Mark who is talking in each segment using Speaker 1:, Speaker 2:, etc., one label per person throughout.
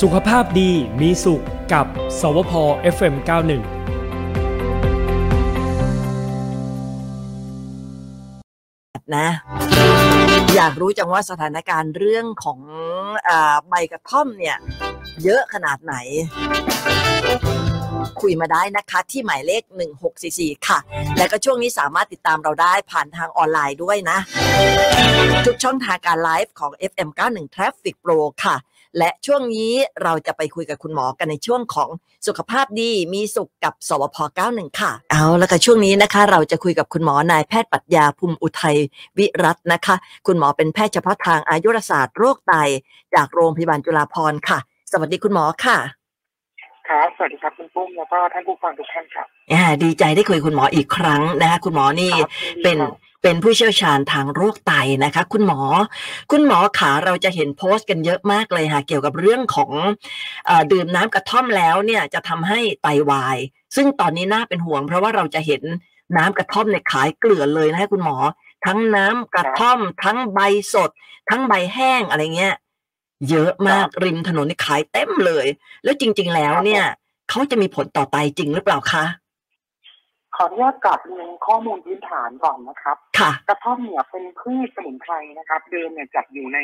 Speaker 1: สุขภาพดีมีสุขกับ สวพ FM91
Speaker 2: นะอยากรู้จังว่าสถานการณ์เรื่องของอาใบกระท่อมเนี่ย เยอะขนาดไหน คุยมาได้นะคะ ที่หมายเลข 1644 ค่ะ และก็ช่วงนี้สามารถติดตามเราได้ผ่านทางออนไลน์ด้วยนะ ทุกช่องทางการไลฟ์ของ FM 91 Traffic Pro ค่ะ และช่วงนี้เราจะไปคุยกับคุณหมอกันในช่วงของสุขภาพดีมีสุขกับสวพ 91 ค่ะ เอาแล้วก็ช่วงนี้นะคะ เราจะคุยกับคุณหมอนายแพทย์ปรัชญาภูมิอุทัยวิรัตน์นะคะ คุณหมอเป็นแพทย์เฉพาะทางอายุรศาสตร์โรคไต จากโรงพยาบาลจุฬาภรณ์ค่ะ สวัสดีคุณหมอค่ะ
Speaker 3: ครับ สวัสดีครับคุณปุ้มแล้วก็ท่านผู้ฟังทุกท่านครับ
Speaker 2: แหมดีใจได้คุยกับคุณหมออีกครั้งนะคะคุณหมอนี่
Speaker 3: ครับ
Speaker 2: เป็น
Speaker 3: ครับ
Speaker 2: เป็นผู้เชี่ยวชาญทางโรคไตนะคะ คุณหมอ คุณหมอขาเราจะเห็นโพสต์กันเยอะมากเลยค่ะเกี่ยวกับเรื่องของเออดื่มน้ำกระท่อมแล้วเนี่ยจะทำให้ไตวาย ซึ่งตอนนี้น่าเป็นห่วง เพราะว่าเราจะเห็นน้ำกระท่อมเนี่ยขายเกลือนเลยนะคะคุณหมอ ทั้งน้ำกระท่อม ทั้งใบสด ทั้งใบแห้งอะไรเงี้ยเยอะมากริมถนนนี่ขายเต็มเลย แล้วจริง ๆ แล้วเนี่ยเขาจะมีผลต่อไตจริงหรือเปล่าคะ
Speaker 3: ขออนุญาตกลับเรียนข้อมูลพื้นฐานก่อนนะครับ
Speaker 2: ค่ะ
Speaker 3: กระท่อมเนี่ยเป็นพืชสมุนไพรนะครับ เดิมเนี่ยจัดอยู่ใน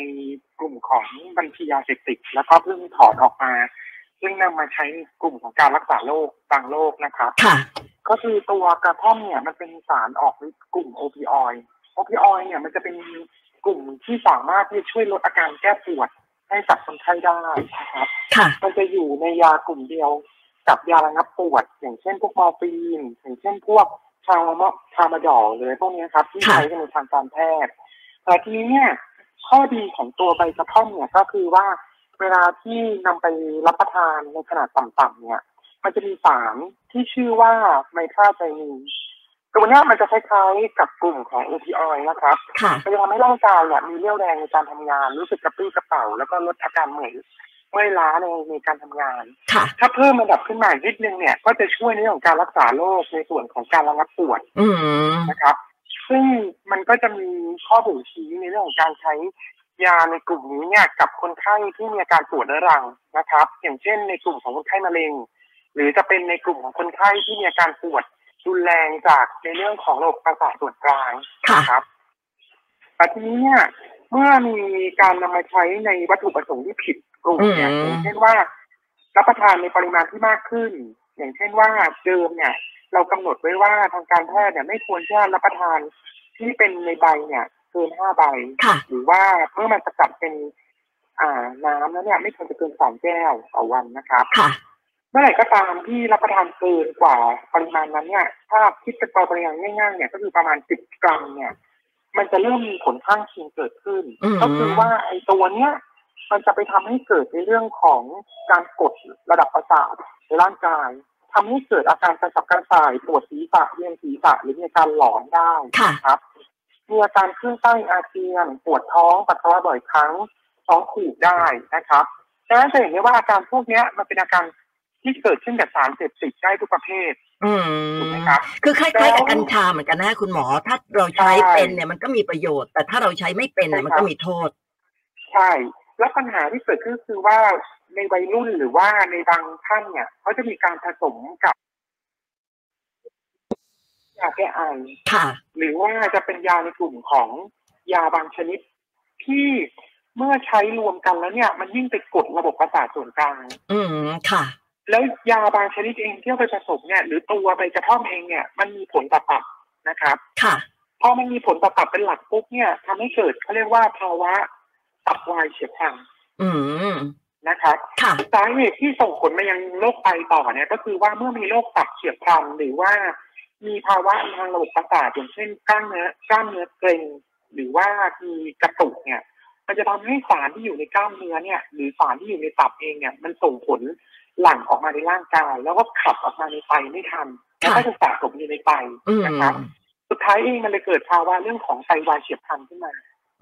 Speaker 3: กลุ่มของบัญชียาเสพติดแล้วก็เพิ่งถอดออกมา ซึ่งนำมาใช้ในกลุ่มของการรักษาโรคบางโรคนะครับ
Speaker 2: ค่ะ
Speaker 3: ก็คือตัวกระท่อมเนี่ยมันเป็นสารออกฤทธิ์กลุ่มโอปิออยด์โอปิออยด์เนี่ยมันจะเป็นกลุ่มที่สามารถที่จะช่วยลดอาการแก้ปวดให้กับคนไข้ได้นะครับ
Speaker 2: ค่ะ
Speaker 3: มันจะอยู่ในยากลุ่มเดียวกับยาระงับปวด อย่างเช่นพวกมอร์ฟีนอย่างเช่นพวกทามาทามาดอลเลยพวกเนี้ยครับที่
Speaker 2: ค่ะ
Speaker 3: ใช้กันในทางการแพทย์แต่ทีนี้เนี่ยข้อดีของตัวใบกระท่อมเนี่ยก็คือว่าเวลาที่นำไปรับประทานในขนาดต่ำๆเนี่ย มันจะมีสารที่ชื่อว่าไมทราไซนินตัวเนี้ยมันจะคล้ายๆกับกลุ่มของโอพิออยด์นะครับ
Speaker 2: ค่ะ
Speaker 3: มันจะทำให้ร่างกายเนี่ยมีเรี่ยวแรงในการทำงาน รู้สึกกระปรี้กระเป๋า แล้วก็ลดอาการเหนื่อยเมื่อยล้าในในการทำงาน
Speaker 2: ค่ะ
Speaker 3: ถ้าเพิ่มระดับขึ้นมาอีกนิดนึงเนี่ย ก็จะช่วยในเรื่องของการรักษาโรคในส่วนของการระงับปวด
Speaker 2: อืม
Speaker 3: นะครับ ซึ่งมันก็จะมีข้อบ่งชี้ในเรื่องของการใช้ยาในกลุ่มนี้เนี่ยกับคนไข้ที่มีอาการปวดเรื้อรังนะครับ อย่างเช่น ในกลุ่มของคนไข้มะเร็ง หรือจะเป็นในกลุ่มของคนไข้ที่มีอาการปวดรุนแรงจากในเรื่องของระบบประสาทส่วนกลาง
Speaker 2: ค่ะ
Speaker 3: ครับแต่ทีนี้เนี่ย เมื่อมีการนำมาใช้ในวัตถุประสงค์ที่ผิดกลุ่มเนี่ย
Speaker 2: อืม
Speaker 3: อย่างเช่นว่า รับประทานในปริมาณที่มากขึ้น อย่างเช่นว่าเดิมเนี่ย เรากำหนดไว้ว่าทางการแพทย์เนี่ยไม่ควรที่จะรับประทานที่เป็นในใบเนี่ยเกินห้าใบ
Speaker 2: ค่ะ
Speaker 3: หรือว่าเมื่อมันสกัดเป็น อ่าน้ำแล้วเนี่ย ไม่ควรจะเกินสองแก้วต่อวันนะครับ
Speaker 2: ค่ะ
Speaker 3: เมื่อไหร่ก็ตามที่รับประทานเกินกว่าปริมาณนั้นเนี่ยถ้าคิดเป็นตัวปริมาณง่ายๆเนี่ยก็คือประมาณ 10 กรัมเนี่ย มันจะเริ่มมีผลข้างเคียงเกิดขึ้น
Speaker 2: อืม
Speaker 3: ก็คือว่าไอ้ตัวเนี้ยมันจะไปทำให้เกิดในเรื่องของการกดระดับประสาทในร่างกายทำให้เกิดอาการกระสับกระส่ายปวดศีรษะเวียนศีรษะหรือมีอาการหลอนได้
Speaker 2: ค่ะ
Speaker 3: ครับมีอาการคลื่นไส้อาเจียนปวดท้องปัสสาวะบ่อยครั้งท้องผูกได้นะครับดังนั้นจะเห็นได้ว่าอาการพวกเนี้ยมันเป็นอาการที่เกิดขึ้นจากบสารเสพติดได้ทุกประเภท
Speaker 2: อื
Speaker 3: ถูก
Speaker 2: ม
Speaker 3: ไหมครับ
Speaker 2: คือคล้ายๆกับกัญชาเหมือนกันนะคุณหมอ ถ้าเราใช้
Speaker 3: ใช่
Speaker 2: เป็นเนี่ยมันก็มีประโยชน์ แต่ถ้าเราใช้ไม่เป็นเนี่ย
Speaker 3: ใช่ครับ
Speaker 2: มันก็มีโทษ
Speaker 3: ใช่ แล้วปัญหาที่เกิดขึ้นคือว่าในวัยรุ่นหรือว่าในบางท่านเนี่ยเขาจะมีการผสมกับยาแก้ไอ
Speaker 2: ค่ะ
Speaker 3: หรือว่าจะเป็นยาในกลุ่มของยาบางชนิด ที่เมื่อใช้รวมกันแล้วเนี่ย มันยิ่งไปกดระบบประสาทส่วนกลาง
Speaker 2: อืม ค่ะ
Speaker 3: แล้วยาบางชนิดเองที่เอาไปผสมเนี่ย หรือตัวใบกระท่อมเองเนี่ยมันมีผลต่อตับนะครับ
Speaker 2: ค่ะ
Speaker 3: พอมันมีผลต่อตับเป็นหลักปุ๊บเนี่ยทำให้เกิดเขาเรียกว่าภาวะตับวายเฉียบพลัน
Speaker 2: อืม
Speaker 3: นะครับ
Speaker 2: ค่ะ
Speaker 3: สาเหตุที่ส่งผลมายังโรคไตต่อเนี่ยก็คือว่าเมื่อมีโรคตับเฉียบพลันหรือว่ามีภาวะทางระบบประสาทอย่างเช่นกล้ามเนื้อกล้ามเนื้อเกร็งหรือว่ามีกระตุกเนี่ย มันจะทำให้สารที่อยู่ในกล้ามเนื้อเนี่ย หรือสารที่อยู่ในตับเองเนี่ย มันส่งผลหลั่งออกมาในร่างกาย แล้วก็ขับออกมาในไตไม่ทันแล้วก็จะสะสมอยู่ในไต
Speaker 2: อืม
Speaker 3: นะครับสุดท้ายเองมันเลยเกิดภาวะเรื่องของไตวายเฉียบพลันขึ้นมา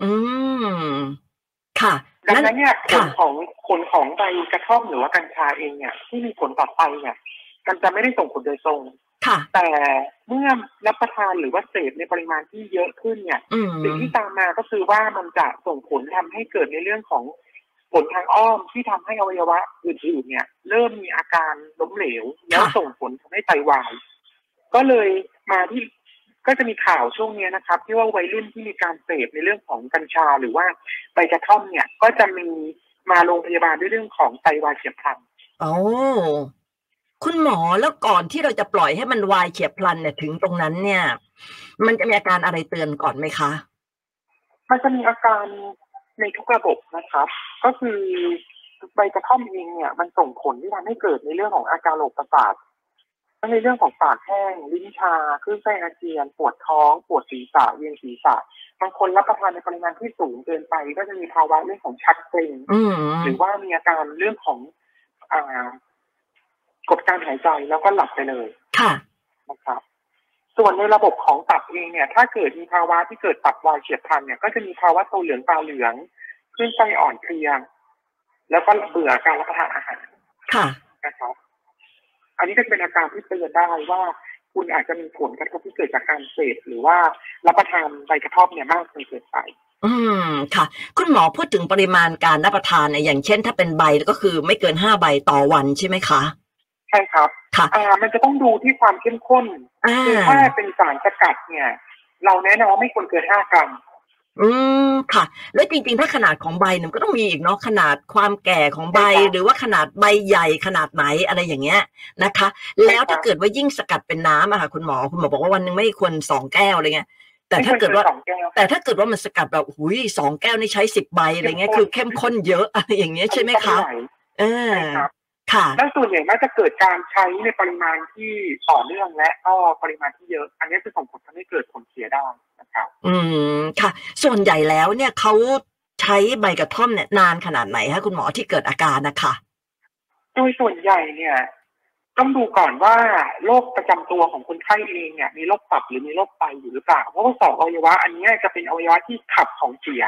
Speaker 2: อืม ค่ะ
Speaker 3: ดัง
Speaker 2: นั้น
Speaker 3: นั้นเนี่ยผ
Speaker 2: ค่ะ
Speaker 3: ลของผลของใบกระท่อมหรือว่ากัญชาเองเนี่ย ที่มีผลต่อไตเนี่ยมันจะไม่ได้ส่งผลโดยตรง
Speaker 2: ค่ะ
Speaker 3: แต่เมื่อรับประทานหรือว่าเสพในปริมาณที่เยอะขึ้นเนี่ย
Speaker 2: อืม
Speaker 3: สิ่งที่ตามมาก็คือว่ามันจะส่งผลทำให้เกิดในเรื่องของ ผลทางอ้อมที่ทำให้อวัยวะอื่นๆเนี่ย เริ่มมีอาการล้มเหลว แล้วส่งผลทำให้ไตวาย ก็เลยมาที่ก็จะมีข่าวช่วงเนี้ยนะครับ ที่ว่าวัยรุ่นที่มีการเสพในเรื่องของกัญชาหรือว่าใบกระท่อมเนี่ย ก็จะมีมาโรงพยาบาลด้วยเรื่องของไตวายเฉียบพลัน
Speaker 2: อ๋อคุณหมอแล้วก่อนที่เราจะปล่อยให้มันวายเฉียบพลันเนี่ยถึงตรงนั้นเนี่ย มันจะมีอาการอะไรเตือนก่อนไหมคะ
Speaker 3: มันจะมีอาการในทุกระบบนะครับ ก็คือใบกระท่อมเองเนี่ย มันส่งผลที่ทำให้เกิดในเรื่องของอาการโรคประสาททั้งในเรื่องของปากแห้ง ลิ้นชาคลื่นไส้อาเจียน ปวดท้อง ปวดศีรษะเวียนศีรษะบางคนรับประทานในปริมาณที่สูงเกินไป ก็จะมีภาวะเรื่องของชักเกร็ง
Speaker 2: อืม
Speaker 3: หรือว่ามีอาการเรื่องของอ่ากดการหายใจแล้วก็หลับไปเลย
Speaker 2: ค่ะ
Speaker 3: นะครับส่วนในระบบของตับเองเนี่ย ถ้าเกิดมีภาวะที่เกิดตับวายเฉียบพลันเนี่ยก็จะมีภาวะตัวเหลืองตาเหลืองขึ้นไส้อ่อนเพลียแล้วก็เบื่อการรับประทานอาหาร
Speaker 2: ค่ะ
Speaker 3: นะครับ อันนี้ก็จะเป็นอาการที่เตือนได้ว่า คุณอาจจะมีผลกระทบที่เกิดจากการเสพหรือว่ารับประทานใบกระท่อมเนี่ยมากจนเกินไป
Speaker 2: อืมค่ะ คุณหมอพูดถึงปริมาณการรับประทานเนี่ยอย่างเช่น ถ้าเป็นใบก็คือไม่เกินห้าใบต่อวันใช่ไหมคะ
Speaker 3: ใช่ครับ
Speaker 2: ค่ะ
Speaker 3: อ่ามันจะต้องดูที่ความเข้มข้น
Speaker 2: อ่า
Speaker 3: คือถ้าเป็นสารสกัดเนี่ย เราแนะนำว่าไม่ควรเกินห้ากรัม
Speaker 2: อืมค่ะ แล้วจริงๆ ถ้าขนาดของใบเนี่ยมันก็ต้องมีอีกเนาะขนาดความแก่ของใบ
Speaker 3: ใช่ค่ะ
Speaker 2: หรือว่าขนาดใบใหญ่ขนาดไหนอะไรอย่างเงี้ยนะคะ แล้วถ้า
Speaker 3: ใช่ค่ะ
Speaker 2: เกิดว่ายิ่งสกัดเป็นน้ำอะค่ะ คุณหมอคุณหมอบอกว่าวันหนึงไม่ควรสองแก้วอะไรเงี้ยแต่ถ้าเกิดว่า
Speaker 3: ไม่ควรนสองแก้ว
Speaker 2: แต่ถ้าเกิดว่ามันสกัดแบบหุยสองแก้วนี่ใช้สิบใบอะไรเงี้ยคือเข้มข้นเยอะอะไรอย่างเงี้ยใช่ไหมคะเออ
Speaker 3: ใช่ครับ
Speaker 2: ค่ะ
Speaker 3: แล้วส่วนใหญ่น่าจะเกิดการใช้ในปริมาณที่ต่อเนื่องและก็ปริมาณที่เยอะ อันนี้คือส่งผลทำให้เกิดผลเสียได้นะครับ
Speaker 2: อืมค่ะ ส่วนใหญ่แล้วเนี่ยเขาใช้ใบกระท่อมเนี่ยนานขนาดไหนคะคุณหมอที่เกิดอาการนะคะ
Speaker 3: โดยส่วนใหญ่เนี่ย ต้องดูก่อนว่าโรคประจำตัวของคนไข้เองเนี่ยมีโรคตับหรือมีโรคไตอยู่หรือเปล่า เพราะว่าสองอวัยวะ อันเนี้ยจะเป็นอวัยวะที่ขับของเสีย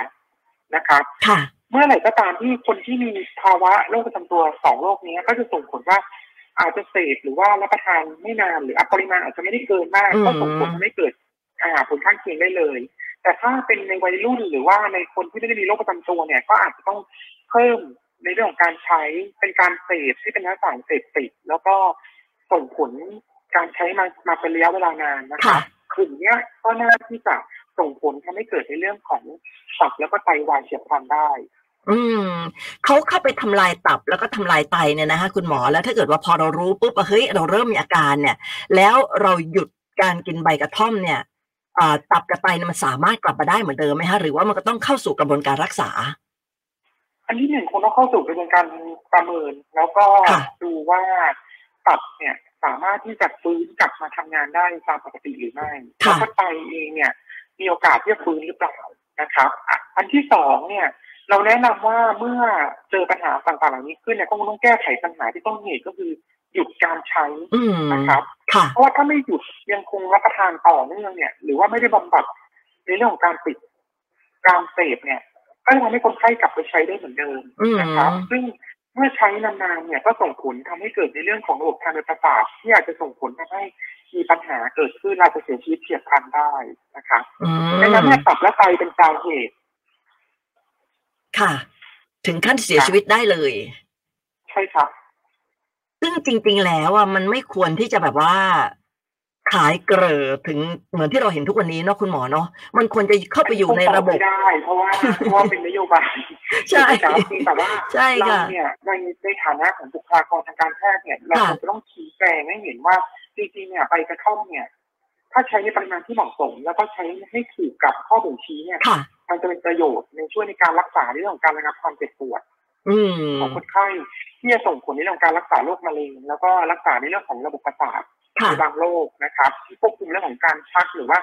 Speaker 3: นะครับ
Speaker 2: ค่ะ
Speaker 3: เมื่อไหร่ก็ตามที่คนที่มีภาวะโรคประจำตัวสองโรคนี้ก็จะส่งผลว่าอาจจะเสพหรือว่ารับประทานไม่นานหรือปริมาณอาจจะไม่ได้เกินมาก
Speaker 2: อืม
Speaker 3: ก็ส่งผลไม่เกิดอ่าผลข้างเคียงได้เลย แต่ถ้าเป็นในวัยรุ่นหรือว่าในคนที่ไม่ได้มีโรคประจำตัวเนี่ย ก็อาจจะต้องเพิ่มในเรื่องของการใช้เป็นการเสพที่เป็นสารเสพติดแล้วก็ส่งผลการใช้มามาเป็นระยะเวลานานนะ
Speaker 2: ค่ะ
Speaker 3: คะกลุ่มเนี้ยก็น่าที่จะส่งผลทำให้เกิดในเรื่องของตับแล้วก็ไตวายเฉียบพลันได้
Speaker 2: อืมเขาเข้าไปทำลายตับแล้วก็ทำลายไตเนี่ยนะคะคุณหมอแล้วถ้าเกิดว่าพอเรารู้ปุ๊บว่าเฮ้ยเราเริ่มมีอาการเนี่ย แล้วเราหยุดการกินใบกระท่อมเนี่ยเอ่อตับกับไตเนี่ยมันสามารถกลับมาได้เหมือนเดิมไหมคะหรือว่ามันก็ต้องเข้าสู่กระบวนการรักษา
Speaker 3: อันที่หนึ่งคงต้องเข้าสู่กระบวนการประเมิน แล้วก็
Speaker 2: ค่ะ
Speaker 3: ดูว่าตับเนี่ยสามารถที่จะฟื้นกลับมาทำงานได้ตามปกติหรือไม่แล้วก็ไตเองเนี่ย มีโอกาสที่จะฟื้นหรือเปล่านะครับอ่ะอันที่สองเนี่ย เราแนะนำว่าเมื่อเจอปัญหาต่างๆเหล่านี้ขึ้นเนี่ยก็คงต้องแก้ไขปัญหาที่ต้นเหตุก็คือหยุดการใช้
Speaker 2: อืม
Speaker 3: นะครับ
Speaker 2: ค่ะ
Speaker 3: เพราะว่าถ้าไม่หยุดยังคงรับประทานต่อเนื่องเนี่ย หรือว่าไม่ได้บำบัดในเรื่องของการติดการเสพเนี่ย ก็จะทำให้คนไข้กลับไปใช้ได้เหมือนเดิม
Speaker 2: อืม
Speaker 3: นะครับ ซึ่งเมื่อใช้นานๆเนี่ยก็ส่งผลทำให้เกิดในเรื่องของระบบทางเดินประสาทที่อาจจะส่งผลทำให้มีปัญหาเกิดขึ้นอาจจะเสียชีวิตเฉียบพลันได้นะครับ
Speaker 2: อืม
Speaker 3: ดังนั้นเนี่ยตับและไตเป็นสาเหตุ
Speaker 2: ค่ะ ถึงขั้นเสียชีวิตได้เลย
Speaker 3: ใช่ครับ
Speaker 2: ซึ่งจริง ๆ แล้วอ่ะมันไม่ควรที่จะแบบว่าขายเกลอถึงเหมือนที่เราเห็นทุกวันนี้เนาะคุณหมอเนาะมันควรจะเข้าไปอยู่ในระบบ
Speaker 3: ไม่ได้ เพราะว่าเพราะว่าเป็นนโยบาย
Speaker 2: ใช่
Speaker 3: ครับแต่ว่า
Speaker 2: ใช่
Speaker 3: เรา
Speaker 2: ค่ะ
Speaker 3: เนี่ยในในฐานะของบุคลากรทางการแพทย์เนี่ยเรา
Speaker 2: ค่ะ
Speaker 3: คงจะต้องชี้แจงให้เห็นว่าจริงๆเนี่ยใบกระท่อมเนี่ย ถ้าใช้ในปริมาณที่เหมาะสม แล้วก็ใช้ให้ถูกกับข้อบ่งชี้เนี่ย
Speaker 2: ค่ะ
Speaker 3: มันจะเป็นประโยชน์ในช่วยในการรักษาในเรื่องของการระงับความเจ็บปวด
Speaker 2: อืม
Speaker 3: ของคนไข้ที่จะส่งผลในเรื่องของการรักษาโรคมะเร็งแล้วก็รักษาในเรื่องของระบบประสาท
Speaker 2: ค่ะ
Speaker 3: ในบางโรคนะครับ ที่ควบคุมเรื่องของการชักหรือว่า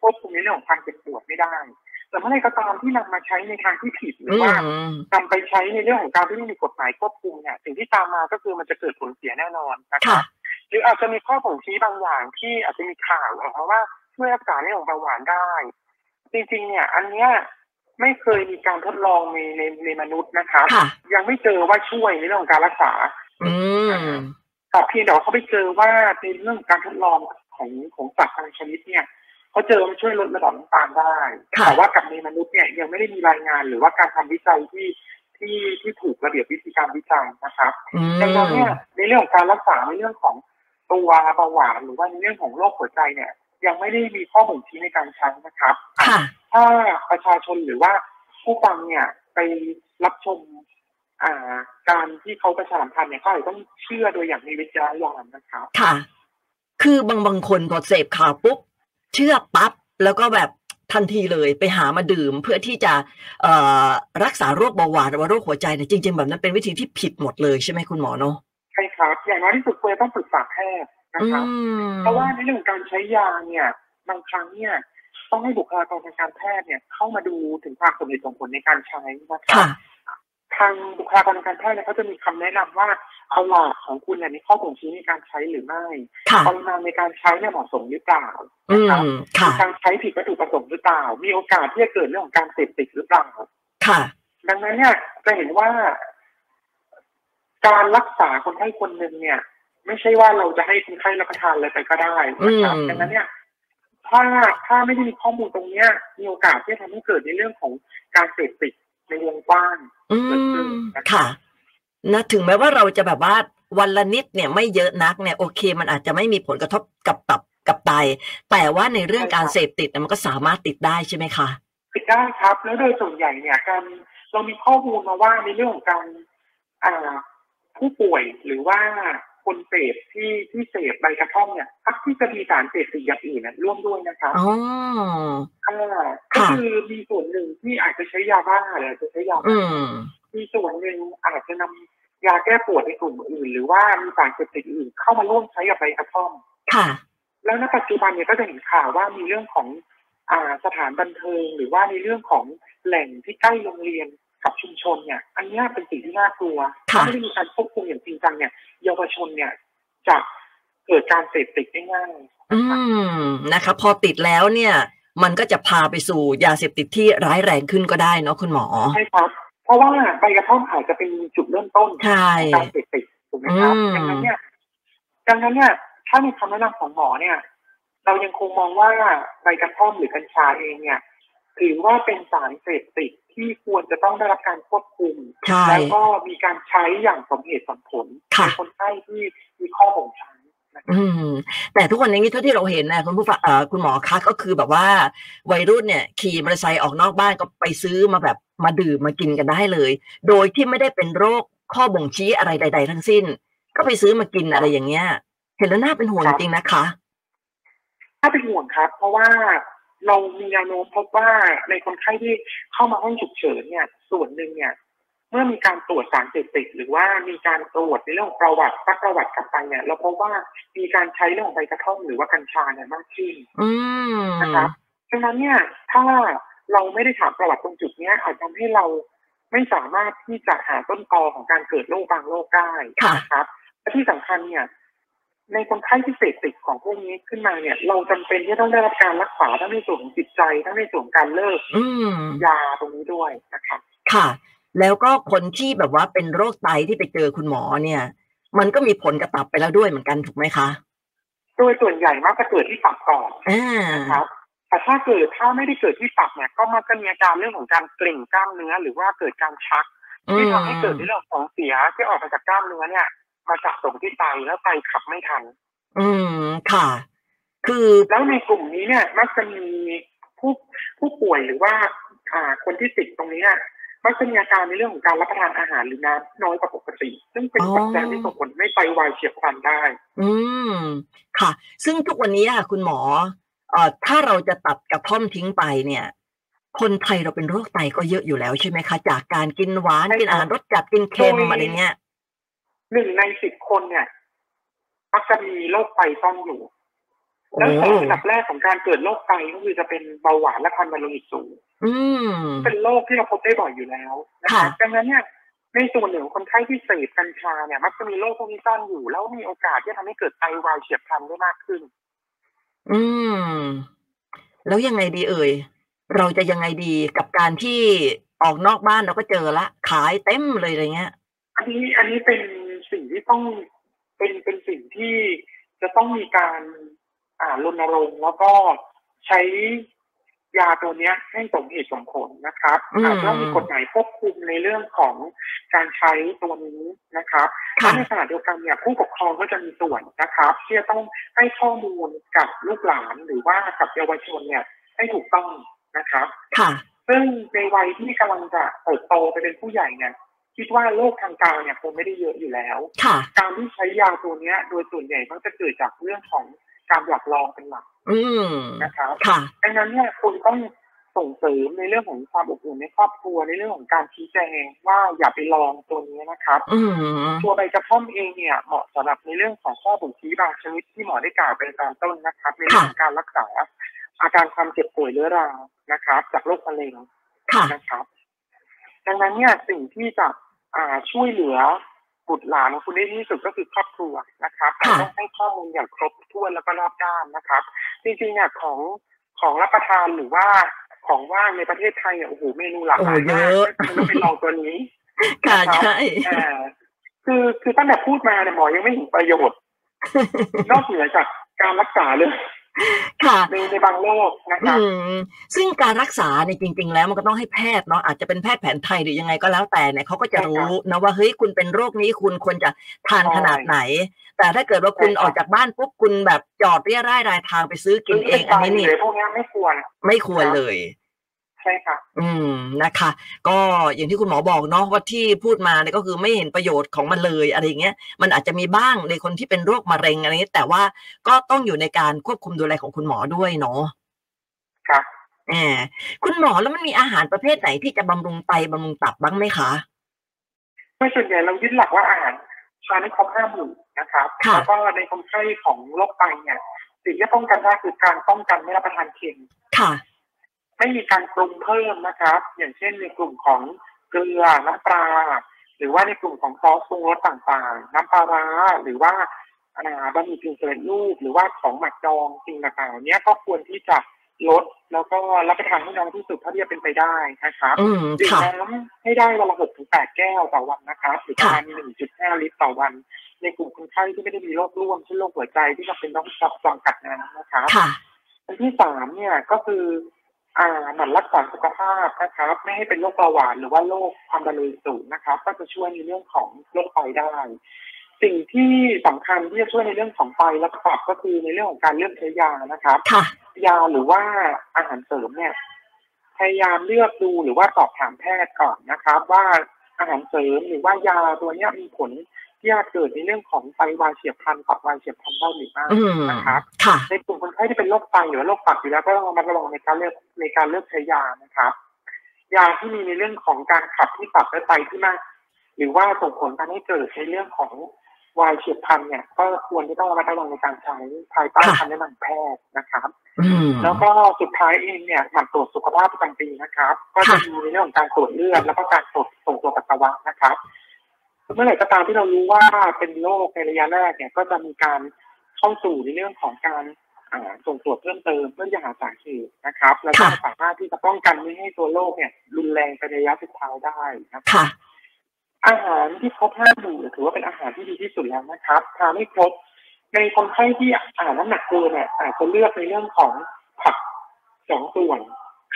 Speaker 3: ควบคุมในเรื่องของความเจ็บปวดไม่ได้ แต่เมื่อไรก็ตามที่นำมาใช้ในทางที่ผิดหรื
Speaker 2: อื
Speaker 3: อว่าม นำไปใช้ในเรื่องของการที่ไม่มีกฎหมายควบคุมเนี่ยสิ่งที่ตามมาก็คือมันจะเกิดผลเสียแน่นอนนะค
Speaker 2: ค่ะ
Speaker 3: รับหรืออาจจะมีข้อบ่งชี้บางอย่างที่อาจจะมีข่าวออกมาว่าช่วยรักษาเรื่องของเบาหวานได้ จริงๆ เนี่ย อันเนี้ยไม่เคยมีการทดลองในในในมนุษย์นะครับ
Speaker 2: ค่ะ
Speaker 3: ยังไม่เจอว่าช่วยในเรื่องของการรักษา
Speaker 2: อืม
Speaker 3: แต่เพียงแต่ว่าเขาไปเจอว่าในเรื่องการทดลองของของสัตว์บางชนิดเนี่ยเขาเจอมันช่วยลดระดับน้ำตาลได้
Speaker 2: ค่ะ
Speaker 3: แต่ว่ากับในมนุษย์เนี่ยยังไม่ได้มีรายงานหรือว่าการทำวิจัยที่ ที่ที่ถูกระเบียบวิธีการวิจัยนะครับ
Speaker 2: อืม
Speaker 3: ดังนั้นเนี่ยในเรื่องของการรักษาในเรื่องของตัวเบาหวานหรือว่าในเรื่องของโรคหัวใจเนี่ยยังไม่ได้มีข้อบ่งชี้ในการใช้นะครับ
Speaker 2: ค่ะ
Speaker 3: ถ้าประชาชนหรือว่าผู้ฟังเนี่ยไปรับชมอ่าการที่เขาประชาสัมพันธ์เนี่ยก็อาจจะต้องเชื่อโดยอย่างมีวิจารณญาณนะครับ
Speaker 2: ค่ะ คือบางบางคนพอเสพข่าวปุ๊บ เชื่อปั๊บ แล้วก็แบบทันทีเลยไปหามาดื่มเพื่อที่จะเอ่อรักษาโรคเบาหวานหรือว่าโรคหัวใจเนี่ยจริง ๆ แบบนั้นเป็นวิธีที่ผิดหมดเลยใช่ไหมคุณหมอเนาะ
Speaker 3: ใช่ครับ อย่างน้อยที่สุดควรจะต้องปรึกษาแพทย์นะ
Speaker 2: อื
Speaker 3: ครับ
Speaker 2: ม
Speaker 3: เพราะว่าในเรื่องของการใช้ยาเนี่ยบางครั้งเนี่ยต้องให้บุคลากรทางการแพทย์เนี่ยเข้ามาดูถึงความสมเหตุสมผลในการใช้นะครับ
Speaker 2: ค่ะ
Speaker 3: ทางบุคลากรทางการแพทย์เนี่ยเขาจะมีคำแนะนำว่าเอาหลักของคุณเนี่ยมีข้อบ่งชี้ในการใช้หรือไม่
Speaker 2: ค่ะ
Speaker 3: ปริมาณในการใช้เนี่ยเหมาะสมหรือเปล่า
Speaker 2: อื
Speaker 3: นะครับ
Speaker 2: มค่ะ
Speaker 3: การใช้ผิดวัตถุประสงค์หรือเปล่า มีโอกาสที่จะเกิดเรื่องของการเสพติดหรือเปล่า
Speaker 2: ค่ะ
Speaker 3: ดังนั้นเนี่ยจะเห็นว่า การรักษาคนไข้คนหนึ่งเนี่ย ไม่ใช่ว่าเราจะให้คนไข้รับประทานอะไรไปก็ได้นะครับ
Speaker 2: อืม
Speaker 3: ดังนั้นเนี่ย ถ้าถ้าไม่ได้มีข้อมูลตรงเนี้ย มีโอกาสที่จะทำให้เกิดในเรื่องของการเสพติดในวงกว้าง
Speaker 2: อืมค่ะ นะถึงแม้ว่าเราจะแบบว่าวันละนิดเนี่ยไม่เยอะนักเนี่ยโอเค มันอาจจะไม่มีผลกระทบกับตับกับไต แต่ว่าในเรื่องการเสพติดเนี่ยมันก็สามารถติดได้ใช่ไหมคะ
Speaker 3: ติดได้ครับ แล้วโดยส่วนใหญ่เนี่ยการเรามีข้อมูลมาว่าในเรื่องของการอ่าผู้ป่วยหรือว่าคนเสพที่ที่เสพใบกระท่อมเนี่ยพักที่จะมีสารเสพติดอย่างอื่นนะร่วมด้วยนะครับ
Speaker 2: อ๋อ
Speaker 3: อ่า
Speaker 2: ค่ะ
Speaker 3: ก็คือมีส่วนหนึ่งที่อาจจะใช้ยาบ้าหรืออาจจะใช้ยา
Speaker 2: อืม
Speaker 3: มีส่วนหนึ่งอาจจะนำยาแก้ปวดในกลุ่มอื่น หรือว่ามีสารเสพติดอื่นเข้ามาร่วมใช้กับใบกระท่อม
Speaker 2: ค่ะ
Speaker 3: แล้วณปัจจุบันเนี่ยก็จะเห็นข่าวว่ามีเรื่องของอ่าสถานบันเทิง หรือว่าในเรื่องของแหล่งที่ใกล้โรงเรียนกับชุมชนเนี่ย อันเนี้ยเป็นสิ่งที่น่ากลัว
Speaker 2: ค่ะ
Speaker 3: ถ้าไม่ได้มีการควบคุมอย่างจริงจังเนี่ยเยาวชนเนี่ยจะเกิดการเสพติดได้ง่าย
Speaker 2: อืม นะคะ พอติดแล้วเนี่ย มันก็จะพาไปสู่ยาเสพติดที่ร้ายแรงขึ้นก็ได้เนาะคุณหมอ
Speaker 3: ใช่ครับ เพราะว่าใบกระท่อมอาจจะเป็นจุดเริ่มต้น
Speaker 2: ใช่
Speaker 3: การเสพติดถูกไหมครับ
Speaker 2: อืม
Speaker 3: ดังนั้นเนี่ย ดังนั้นเนี่ย ถ้าในคำแนะนำของหมอเนี่ย เรายังคงมองว่าใบกระท่อมหรือกัญชาเองเนี่ยถือว่าเป็นสารเสพติดที่ควรจะต้องได้รับการควบคุม
Speaker 2: ใช่
Speaker 3: แล้วก็มีการใช้อย่างสมเหตุสมผล
Speaker 2: ค่ะ
Speaker 3: ในคนไข้ที่มีข้อบ่งชี้นะครับ
Speaker 2: อืม แต่ทุกวันนี้เท่าที่เราเห็นนะคุณผู้ฟังเอ่อคุณหมอคะก็คือแบบว่า วัยรุ่นเนี่ย ขี่มอเตอร์ไซค์ออกนอกบ้านก็ไปซื้อมาแบบมาดื่มมากินกันได้เลย โดยที่ไม่ได้เป็นโรคข้อบ่งชี้อะไรใด ๆ ทั้งสิ้น ก็ไปซื้อมากินอะไรอย่างเงี้ย เห็นแล้วน่าเป็นห่วงจริงๆนะคะ
Speaker 3: ถ้าเป็นห่วงครับ เพราะว่าเรามีแนวโน้มพบว่าในคนไข้ที่เข้ามาห้องฉุกเฉินเนี่ย ส่วนหนึ่งเนี่ย เมื่อมีการตรวจสารเสพติดหรือว่ามีการตรวจในเรื่องของประวัติซักประวัติกลับไปเนี่ยเราพบว่ามีการใช้เรื่องของใบกระท่อมหรือว่ากัญชาเนี่ยมากขึ้น
Speaker 2: อืม
Speaker 3: นะครับดังนั้นเนี่ยถ้าเราไม่ได้ถามประวัติตรงจุดเนี้ยอาจทำให้เราไม่สามารถที่จะหาต้นตอของการเกิดโรคบางโรคได้
Speaker 2: ค่ะ
Speaker 3: นะครับและที่สำคัญเนี่ย ในคนไข้ที่เสพติดของพวกนี้ขึ้นมาเนี่ย เราจำเป็นที่ต้องได้รับการรักษาทั้งในส่วนของจิตใจทั้งในส่วนของการเลิก
Speaker 2: อืม
Speaker 3: ยาตรงนี้ด้วยนะครับ
Speaker 2: ค่ะ แล้วก็คนที่แบบว่าเป็นโรคไตที่ไปเจอคุณหมอเนี่ย มันก็มีผลกระตับไปแล้วด้วยเหมือนกันถูกไหมคะ
Speaker 3: โดยส่วนใหญ่มักจะเกิดที่ตับก่อน
Speaker 2: อ่า
Speaker 3: ครับแต่ถ้าเกิดถ้าไม่ได้เกิดที่ตับเนี่ยก็มักจะมีอาการเรื่องของการเกร็งกล้ามเนื้อ หรือว่าเกิดการชัก
Speaker 2: อื
Speaker 3: ที่
Speaker 2: ม
Speaker 3: ทำให้เกิดในเรื่องของเสียที่ออกมาจากกล้ามเนื้อเนี่ย มาสะสมที่ไตแล้วไตขับไม่ทัน
Speaker 2: อืม ค่ะ คือ
Speaker 3: แล้วในกลุ่มนี้เนี่ยมักจะมีผู้ผู้ป่วยหรือว่าอ่าคนที่ติดตรงนี้เนี่ยมักจะมีอาการในเรื่องของการรับประทานอาหารหรือน้ำน้อยกว่าปกติ ซึ่งเป็นปัจจัยที่ส่งผลให้ไตวายเฉียบพลันได้
Speaker 2: อืม ค่ะ ซึ่งทุกวันนี้อะคุณหมอ เอ่อ ถ้าเราจะตัดกระท่อมทิ้งไปเนี่ย คนไทยเราเป็นโรคไตก็เยอะอยู่แล้วใช่ไหมคะ จากการกินหวาน
Speaker 3: ใช่ครับ
Speaker 2: กินอาหารรสจัดกินเค็ม
Speaker 3: โดย
Speaker 2: อะไรเงี้ย
Speaker 3: หนึ่งในสิบคนเนี่ย มักจะมีโรคไตซ่อนอยู่
Speaker 2: โอ้
Speaker 3: แล้วสาเหตุหลักแรกของการเกิดโรคไตก็คือจะเป็นเบาหวานและความดันโลหิตสูง
Speaker 2: อืม
Speaker 3: เป็นโรคที่เราพบได้บ่อยอยู่แล้วนะ
Speaker 2: ค่ะ
Speaker 3: คะดังนั้นเนี่ยในส่วนหนึ่งของคนไข้ที่เสพกัญชาเนี่ย มักจะมีโรคพวกนี้ซ่อนอยู่ แล้วมีโอกาสที่จะทำให้เกิดไตวายเฉียบพลันได้มากขึ้น
Speaker 2: อืม แล้วยังไงดีเอ่ย เราจะยังไงดีกับการที่ออกนอกบ้านเราก็เจอละ ขายเต็มเลยอะไรเงี้ย
Speaker 3: อันนี้อันนี้เป็นสิ่งที่ต้องเป็นเป็นสิ่งที่จะต้องมีการอ่ารณรงค์แล้วก็ใช้ ยาตัวเนี้ยให้สมเหตุสมผลนะครับ
Speaker 2: อืม
Speaker 3: อาจจะต้องมีกฎหมายควบคุมในเรื่องของการใช้ตัวนี้นะครับและ
Speaker 2: ค่ะ
Speaker 3: ในขณะเดียวกันเนี่ยผู้ปกครองก็จะมีส่วนนะครับ ที่จะต้องให้ข้อมูลกับลูกหลานหรือว่ากับเยาวชนเนี่ยให้ถูกต้องนะครับ
Speaker 2: ค่ะ
Speaker 3: ซึ่งในวัยที่กำลังจะเติบโตไปเป็นผู้ใหญ่เนี่ยคิดว่าโรคทางกายเนี่ยคงไม่ได้เยอะอยู่แล้ว
Speaker 2: ค่ะ
Speaker 3: การที่ใช้ยาตัวเนี้ย โดยส่วนใหญ่มักจะเกิดจากเรื่องของการหลับลองเป็นหลัก
Speaker 2: อืม
Speaker 3: นะครับ
Speaker 2: ค่ะ
Speaker 3: ดังนั้นเนี่ยคุณต้องส่งเสริมในเรื่องของความอบอุ่นในครอบครัวในเรื่องของการชี้แจงว่าอย่าไปลองตัวนี้นะครับ
Speaker 2: อืม
Speaker 3: ตัวใบกระท่อมเองเนี่ยเหมาะสำหรับในเรื่องของข้อบ่งชี้บางชนิดที่หมอได้กล่าวไปตามต้นนะครับในเรื่องของการรักษา อาการความเจ็บป่วยเรื้อรังนะครับ จากโรคมะเร็ง
Speaker 2: ค่ะ
Speaker 3: นะครับ ดังนั้นเนี่ยสิ่งที่จะอ่าช่วยเหลือบุตรหลานของคุณได้ที่สุดก็คือครอบครัวนะครับ
Speaker 2: ค่ะ
Speaker 3: ต้องให้ข้อมูลอย่างครบถ้วนแล้วก็รอบด้านนะครับ จริงๆเนี่ยของของรับประทานหรือว่าของว่างในประเทศไทยเนี่ยโอ้โหเมนูหลากหลายมากไม่เป็นรองตัว นี้
Speaker 2: ค่ะ ใช่
Speaker 3: เอ่อคือคือตั้งแต่พูดมาเนี่ยหมอยังไม่เห็นประโยชน์ นอกเหนือจากการรักษาเลย
Speaker 2: ค่ะ
Speaker 3: ในในบางโรคนะค
Speaker 2: อื
Speaker 3: รับ
Speaker 2: ม ซึ่งการรักษาเนี่ยจริง ๆ แล้วมันก็ต้องให้แพทย์เนาะอาจจะเป็นแพทย์แผนไทยหรือยังไงก็แล้วแต่เนี่ยเขาก็จะรู้นะว่าเฮ้ยคุณเป็นโรคนี้คุณควรจะทานขนาดไหน แต่ถ้าเกิดว่าคุณ
Speaker 3: ใช่ครับ
Speaker 2: ออกจากบ้านปุ๊บคุณแบบจอดเรี่ยร่ายรายทางไปซื้อกินเอง
Speaker 3: หรื
Speaker 2: อัน
Speaker 3: ไป
Speaker 2: นี้นี่
Speaker 3: หรือพวกเนี้ยไม่ควร
Speaker 2: ไม่ควรเลย
Speaker 3: ใช่ค่ะ
Speaker 2: อืมนะคะ ก็อย่างที่คุณหมอบอกเนาะว่าที่พูดมาเนี่ยก็คือไม่เห็นประโยชน์ของมันเลยอะไรอย่างเงี้ยมันอาจจะมีบ้างในคนที่เป็นโรคมะเร็งอะไรเงี้ยแต่ว่าก็ต้องอยู่ในการควบคุมดูแลของคุณหมอด้วยเนาะ
Speaker 3: ครับ
Speaker 2: แหมคุณหมอแล้วมันมีอาหารประเภทไหนที่จะบำรุงไตบำรุงตับบ้างไหมคะ
Speaker 3: โดยส่วนใหญ่เรายึดหลักว่าอาหารทานให้ครบห้าหมู่นะครับ
Speaker 2: ค่ะ
Speaker 3: แล้วก็ในคนไข้ของโรคไตเนี่ยสิ่งที่ป้องกันได้คือการป้องกันไม่รับประทานเค็ม
Speaker 2: ค่ะ
Speaker 3: ไม่มีการปรุงเพิ่มนะครับ อย่างเช่นในกลุ่มของเกลือน้ำปลาหรือว่าในกลุ่มของซอสปรุงรสต่างๆ น้ำปลาร้าหรือว่าอ่าบะหมี่กึ่งสำเร็จรูปหรือว่าของหมักดองสิ่งต่างๆเหล่านี้ก็ควรที่จะลดแล้วก็รับประทานให้น้อยที่สุดเท่าที่จะเป็นไปได้นะครับ
Speaker 2: อืม
Speaker 3: ดื่ม
Speaker 2: ค่ะ
Speaker 3: น้ำให้ได้วันละหกถึงแปดแก้วต่อวันนะครับหรือประมาณหนึ่งจุดห้าลิตรต่อวัน ในกลุ่มคนไข้ที่ไม่ได้มีโรคร่วมเช่นโรคหัวใจที่จำเป็นต้องจำกัดน้ำนะคะ
Speaker 2: ค่ะ
Speaker 3: อันที่สามเนี่ยก็คืออ่าหมั่นรักษาสุขภาพนะครับ ไม่ให้เป็นโรคเบาหวานหรือว่าโรคความดันโลหิตสูงนะครับ ก็จะช่วยในเรื่องของโรคไตได้ สิ่งที่สำคัญที่จะช่วยในเรื่องของไตและตับก็คือในเรื่องของการเลือกใช้ยานะครับ
Speaker 2: ค่ะ
Speaker 3: ยาหรือว่าอาหารเสริมเนี่ย พยายามเลือกดูหรือว่าสอบถามแพทย์ก่อนนะครับ ว่าอาหารเสริมหรือว่ายาตัวเนี้ยมีผลที่อาจเกิดในเรื่องของไตวายเฉียบพลันตับวายเฉียบพลันได้หรือไม่
Speaker 2: อืม
Speaker 3: นะครับ
Speaker 2: ค่ะ
Speaker 3: ในกลุ่มคนไข้ที่เป็นโรคไตหรือว่าโรคตับอยู่แล้วก็ต้องระมัดระวังในการเลือกในการเลือกใช้ยานะครับ ยาที่มีในเรื่องของการขับที่ตับและไตที่มาก หรือว่าส่งผลทำให้เกิดในเรื่องของวายเฉียบพลันเนี่ย ก็ควรที่ต้องระมัดระวังในการใช้ภายใต้
Speaker 2: ค่ะ
Speaker 3: คำแนะนำแพทย์นะครับ
Speaker 2: อืม
Speaker 3: แล้วก็สุดท้ายเองเนี่ยหมั่นตรวจสุขภาพประจำปีนะครับ ก็จะ
Speaker 2: ค่ะ
Speaker 3: มีในเรื่องของการตรวจเลือดแล้วก็การตรวจส่งตัวปัสสาวะนะครับ เมื่อไหร่ก็ตามที่เรารู้ว่าเป็นโรคในระยะแรกเนี่ย ก็จะมีการเข้าสู่ในเรื่องของการอ่าส่งตรวจเพิ่มเติมเพื่อจะหาสาเหตุนะครับ แล้วก็สามารถที่จะป้องกันไม่ให้ตัวโรคเนี่ย รุนแรงไปในระยะสุดท้ายได้นะครับ
Speaker 2: ค่ะ
Speaker 3: อาหารที่ครบห้าหมู่ถือว่าเป็นอาหารที่ดีที่สุดแล้วนะครับทานให้ครบในคนไข้ที่อ่านน้ำหนักเกินเนี่ยอาจจะเลือกในเรื่องของผักสองส่วน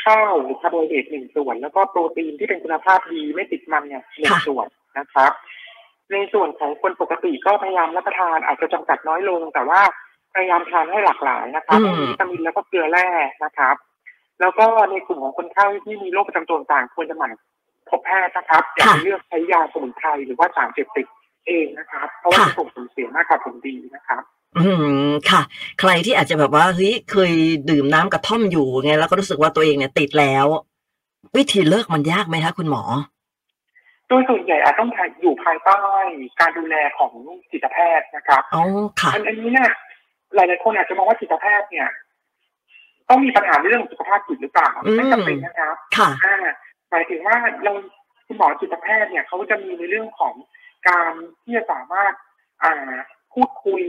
Speaker 3: ข้าวหรือคาร์โบไฮเดรตหนึ่งส่วน แล้วก็โปรตีนที่เป็นคุณภาพดีไม่ติดมันเนี่ยหนึ่ง
Speaker 2: ค่ะ
Speaker 3: ส่วนนะครับ ในส่วนของคนปกติก็พยายามรับประทานอาจจะจำกัดน้อยลง แต่ว่าพยายามทานให้หลากหลายนะครับ
Speaker 2: อืม
Speaker 3: มีวิตามินแล้วก็เกลือแร่นะครับ แล้วก็ในกลุ่มของคนไข้ที่มีโรคประจำตัวต่างๆควรจะหมั่นพบแพทย์นะครับอย่าไปเลือกใช้ยาสมุนไพรหรือว่าสารเสพติดเองนะครับ เพราะว่า
Speaker 2: ค่ะ
Speaker 3: จะส่งผลเสียมากกว่าผลดีนะครับ
Speaker 2: อืมค่ะ ใครที่อาจจะแบบว่าเฮ้ยเคยดื่มน้ำกระท่อมอยู่ไงแล้วก็รู้สึกว่าตัวเองเนี่ยติดแล้ว วิธีเลิกมันยากไหมคะคุณหมอ
Speaker 3: โดยส่วนใหญ่อาจต้องอยู่ภายใต้การดูแลของจิตแพทย์นะครับ
Speaker 2: อ๋อค่ะ
Speaker 3: อันอันนี้เนี่ยหลายๆคนอาจจะมองว่าจิตแพทย์เนี่ย ต้องมีปัญหาเรื่องสุขภาพจิตหรือเปล่า
Speaker 2: อืม
Speaker 3: ไม่จำเป็นนะครับ
Speaker 2: ค่ะ
Speaker 3: อ่าหมายถึงว่าเราคุณหมอจิตแพทย์เนี่ยเขาจะมีในเรื่องของการที่จะสามารถอ่าพูดคุย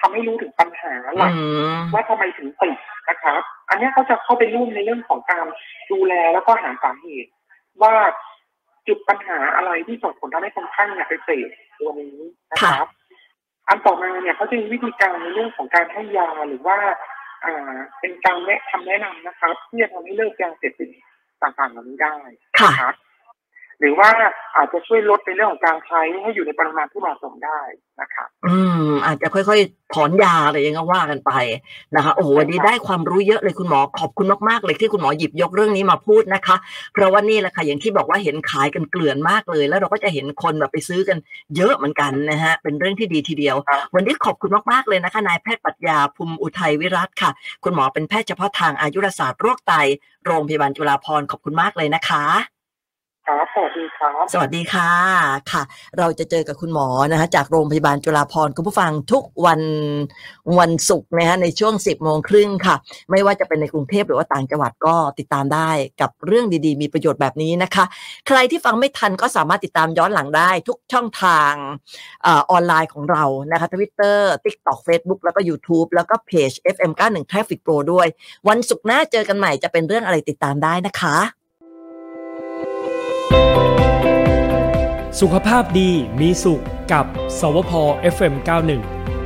Speaker 3: ทำให้รู้ถึงปัญหาหลั
Speaker 2: อื
Speaker 3: ก
Speaker 2: ม
Speaker 3: ว่าทำไมถึงติดนะครับ อันเนี้ยเขาจะเข้าไปร่วมในเรื่องของการดูแลแล้วก็หาสาเหตุ ว่าจุดปัญหาอะไรที่ส่งผลทำให้คนไข้เนี่ยไปเสพตัวนี้นะครับ อันต่อมาเนี่ยเขาจะมีวิธีการในเรื่องของการให้ยาหรือว่า อ่าเป็นการแนะคำแนะนำนะครับที่จะทำให้เลิกยาเสพติดต่างๆเหล่านี้ได้
Speaker 2: ค่ะ
Speaker 3: นะครับ หรือว่าอาจจะช่วยลดในเรื่องของการใช้ให้อยู่ในปริมาณที่เหมาะสมได้นะครับ
Speaker 2: อืม อาจจะค่อยๆ ถอนยาอะไรอย่างก็ว่ากันไปนะคะโอ้โหวันนี้ได้ความรู้เยอะเลยคุณหมอขอบคุณมากๆเลยที่คุณหมอหยิบยกเรื่องนี้มาพูดนะคะ เพราะว่านี่แหละค่ะอย่างที่บอกว่าเห็นขายกันเกลื่อนมากเลย แล้วเราก็จะเห็นคนแบบไปซื้อกันเยอะเหมือนกันนะฮะเป็นเรื่องที่ดีทีเดียว
Speaker 3: ครับ
Speaker 2: วันนี้ขอบคุณมากๆเลยนะคะนายแพทย์ปรัชญาภูมิอุทัยวิรัตน์ค่ะ คุณหมอเป็นแพทย์เฉพาะทางอายุรศาสตร์โรคไตโรงพยาบาลจุฬาภรณ์ขอบคุณมากเลยนะคะ
Speaker 3: ครับสวัสดีครับ
Speaker 2: สวัสดีค่ะค่ะ เราจะเจอกับคุณหมอนะคะจากโรงพยาบาลจุฬาภรณ์คุณผู้ฟังทุกวันวันศุกร์นะคะในช่วง 10บโมงครึ่งค่ะ ไม่ว่าจะเป็นในกรุงเทพหรือว่าต่างจังหวัดก็ติดตามได้กับเรื่องดีๆ มีประโยชน์แบบนี้นะคะ ใครที่ฟังไม่ทันก็สามารถติดตามย้อนหลังได้ทุกช่องทางเออออนไลน์ของเรานะคะทวิตเตอร์ TikTok Facebook แล้วก็ YouTube แล้วก็เพจ FM91 Traffic Pro ด้วย วันศุกร์หน้าเจอกันใหม่จะเป็นเรื่องอะไรติดตามได้นะคะ
Speaker 1: สุขภาพดีมีสุขกับสวพ FM91